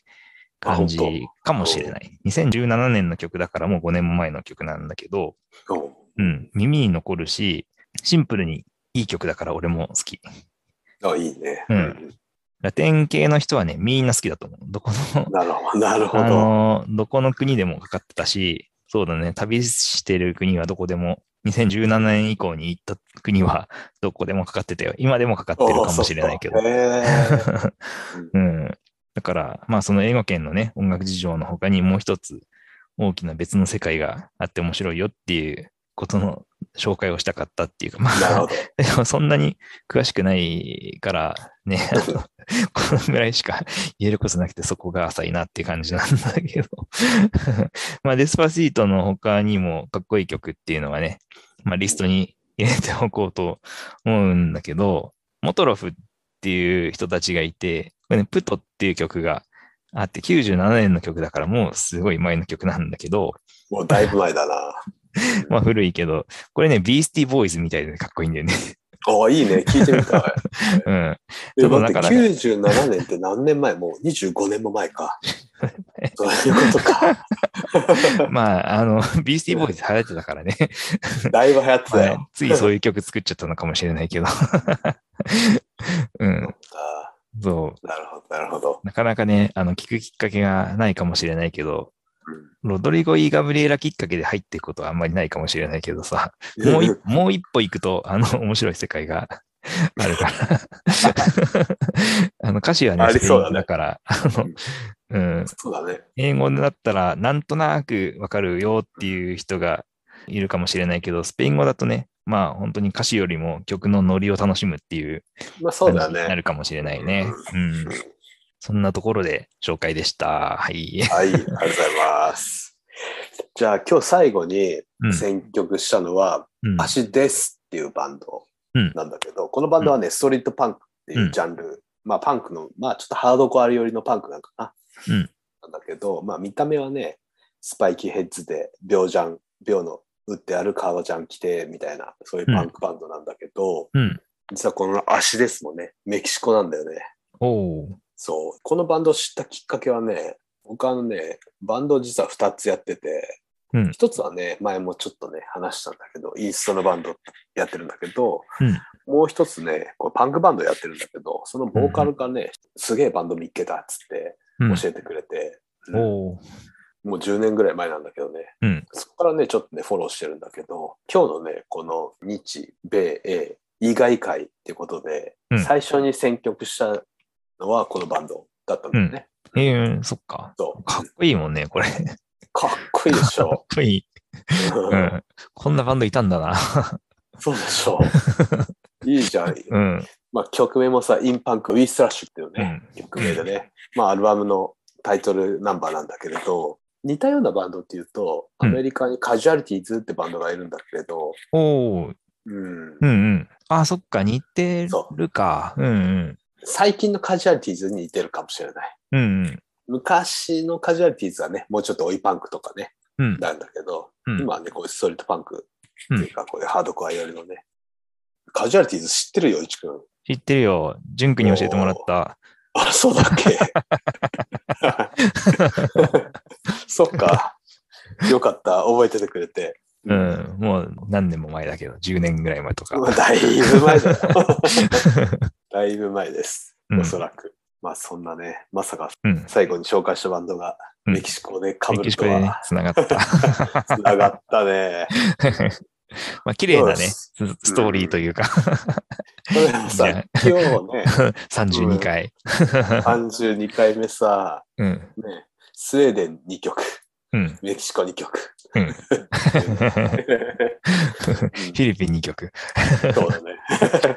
S2: 感じかもしれない。2017年の曲だからもう5年も前の曲なんだけど、
S1: おう
S2: うん、耳に残るし、シンプルにいい曲だから俺も好き。
S1: あ、いいね。
S2: うんラテン系の人はね、みんな好きだと思う。どこの、
S1: なるほど、なるほ
S2: あ
S1: ど。
S2: の、どこの国でもかかってたし、そうだね、旅してる国はどこでも、2017年以降に行った国はどこでもかかってたよ。今でもかかってるかもしれないけど
S1: おう。そっかへ
S2: [LAUGHS] うん。だから、まあその英語圏のね、音楽事情の他にもう一つ大きな別の世界があって面白いよっていうことの紹介をしたかったっていうか、ま
S1: えなる
S2: あ
S1: ほ、ど。
S2: でも [LAUGHS] そんなに詳しくないからね、あのこのぐらいしか言えることなくてそこが浅いなっていう感じなんだけど。 [LAUGHS] まあデスパシートの他にもかっこいい曲っていうのはね、まあリストに入れておこうと思うんだけど、モトロフっていう人たちがいて、これね、プトっていう曲があって、97年の曲だからもうすごい前の曲なんだけど、
S1: もうだいぶ前だな。
S2: まあ古いけど、これね、ビースティーボーイズみたいでかっこいいんだよね。
S1: おいいね。聞いてみたい。
S2: うん。
S1: え
S2: [LAUGHS] ちょっと
S1: 待って、
S2: だからね
S1: 97年って何年前もう25年も前
S2: [LAUGHS]
S1: か。そういうことか。 [LAUGHS]
S2: まあ、あの、 [LAUGHS] ビースティーボーイズ流行ってたからね。
S1: だいぶ流行ってた
S2: [LAUGHS] ま
S1: よ。
S2: あついそういう曲作っちゃったのかもしれないけど。 [LAUGHS] うん、
S1: あ
S2: そ
S1: ーなるほど、なるほど。
S2: う。なかなかね、あの、聞くきっかけがないかもしれないけど、
S1: うん
S2: ロドリゴ・イ・ガブリエラきっかけで入っていくことはあんまりないかもしれないけどさ、もういもう一歩行くと、あの、面白い世
S1: [LAUGHS]
S2: 界があるから。 [LAUGHS] あの歌詞はね、
S1: ありそうだね
S2: スペイン語だから、あの、うん、
S1: そうだね。
S2: 英語だったらなんとなくわかるよっていう人がいるかもしれないけど、スペイン語だとね、まあ本当に歌詞よりも曲のノリを楽しむっていう
S1: まあそうだ
S2: 感じにな
S1: ね。
S2: るかもしれないね。うん。そんなところで紹介でした。はい。
S1: はい、ありがとうございます。じゃあ今日最後に
S2: うん
S1: 選曲したのは、
S2: うん
S1: アシですっていうバンド
S2: うん
S1: なんだけど、このバンドはね、ストリートパンクっていうジャンル、まあパンクの、まあちょっとハードコア寄りのパンクなんかな、
S2: うん
S1: なんだけど、まあ見た目はね、スパイキーヘッズで、秒ジャン、秒の打ってある革ジャン着てみたいな、そういうパンクバンドなんだけど、
S2: うん
S1: 実はこの足ですもね、メキシコなんだよね。
S2: おう
S1: そう。このバンドを知ったきっかけはね、僕あのね、バンドを実は2つやってて、
S2: うん
S1: 1つはね、前もちょっとね、話したんだけど、インストのバンドやってるんだけど、
S2: うん
S1: もう1つね、こうパンクバンドやってるんだけど、そのボーカルがね、すげえバンド見っけたっつって
S2: うん
S1: 教えてくれて、うん
S2: おう
S1: もう10年ぐらい前なんだけどね、
S2: うん
S1: そこからね、ちょっとね、フォローしてるんだけど、今日のね、この日、米、英、以外会ってことで、
S2: うん
S1: 最初に選曲したのはこのバンドだったんだよね。
S2: えー、そっか。
S1: そう
S2: かっこいいもんね、これ。
S1: かっこいいでし
S2: かっ
S1: ょ。
S2: こいい。うん。こんなバンドいたんだな。
S1: [LAUGHS]
S2: [LAUGHS]
S1: そうでしょ。いいじゃん。
S2: うん。
S1: まあ、曲名もさ、インパンク、ウィスラッシュっていう
S2: う
S1: ね、
S2: ん。
S1: 曲名でね、まあ、アルバムのタイトルナンバーなんだけれど、似たようなバンドっていうと、
S2: う
S1: ア
S2: ん
S1: メリカにカジュアリティーズってバンドがいるんだけれど、
S2: おう
S1: うん
S2: うんうん。あ、そっか、似て
S1: そ
S2: るか。うんうん。
S1: 最近のカジュアリティーズに似てるかもしれない。
S2: うんうん。
S1: 昔のカジュアリティーズはね、もうちょっと追いパンクとかね、
S2: うん
S1: なんだけど、
S2: うん
S1: 今はね、こういうストリートパンクっていうか、こういうハードコア寄りのね、カジュアリティーズ知ってるよ、いちくん。
S2: 知ってるよ。ジュンクに教えてもらった。
S1: あ、そうだっ
S2: [LAUGHS]
S1: け [LAUGHS] そっか。よかった、覚えててくれて。
S2: うん。もう何年も前だけど、10年ぐらい前とか。
S1: まあだいぶ前
S2: [LAUGHS]
S1: だよ。だいぶ前です。
S2: うん
S1: おそらく。まあそんなね、まさか
S2: うん。
S1: 最後に紹介したバンドが
S2: うん
S1: メキシコで被
S2: メキ
S1: る
S2: シ
S1: と
S2: コでね
S1: は、、
S2: つながった。 [LAUGHS]
S1: つながったね。
S2: まあ、 [LAUGHS] 綺麗なね、ス
S1: そう
S2: ストーリーというか、
S1: これもさ、
S2: いや
S1: 今日ね、
S2: 32回。
S1: 32回目さ、
S2: うん。
S1: ね、スウェーデン2曲、
S2: うん。 [LAUGHS]
S1: メキシコ2曲。 [LAUGHS]
S2: うんフ
S1: うん
S2: ィリピン2曲。 [LAUGHS]
S1: そうだね。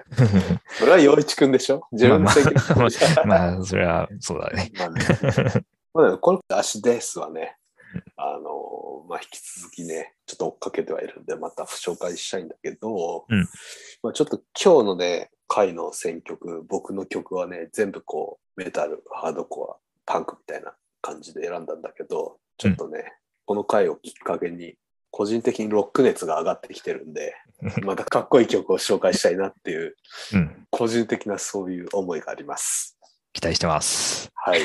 S1: [LAUGHS] それは陽一くんでしょ自分の選挙
S2: まあまあ
S1: 区じゃん
S2: [LAUGHS] まあ、それは、そうだね。
S1: ま
S2: [LAUGHS]
S1: あね。まあでもこの足ですはね、あの、まあ引き続きね、ちょっと追っかけてはいるんで、また紹介したいんだけど、
S2: うん
S1: まあちょっと今日のね、回の選曲、僕の曲はね、全部こう、メタル、ハードコア、パンクみたいな感じで選んだんだけど、ちょっとね、この回をきっかけに、個人的にロック熱が上がってきてるん
S2: [LAUGHS]
S1: で、またかっこいい曲を紹介したいなっていう
S2: うん。
S1: 個人的なそういう思いがあります。
S2: 期待してます。
S1: はい。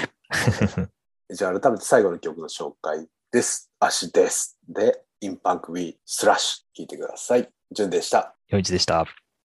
S1: じゃあ改めて最後の曲の紹介です。足です。で、インパンク B スラッシュ聴いてください。順でした。
S2: よいちでした。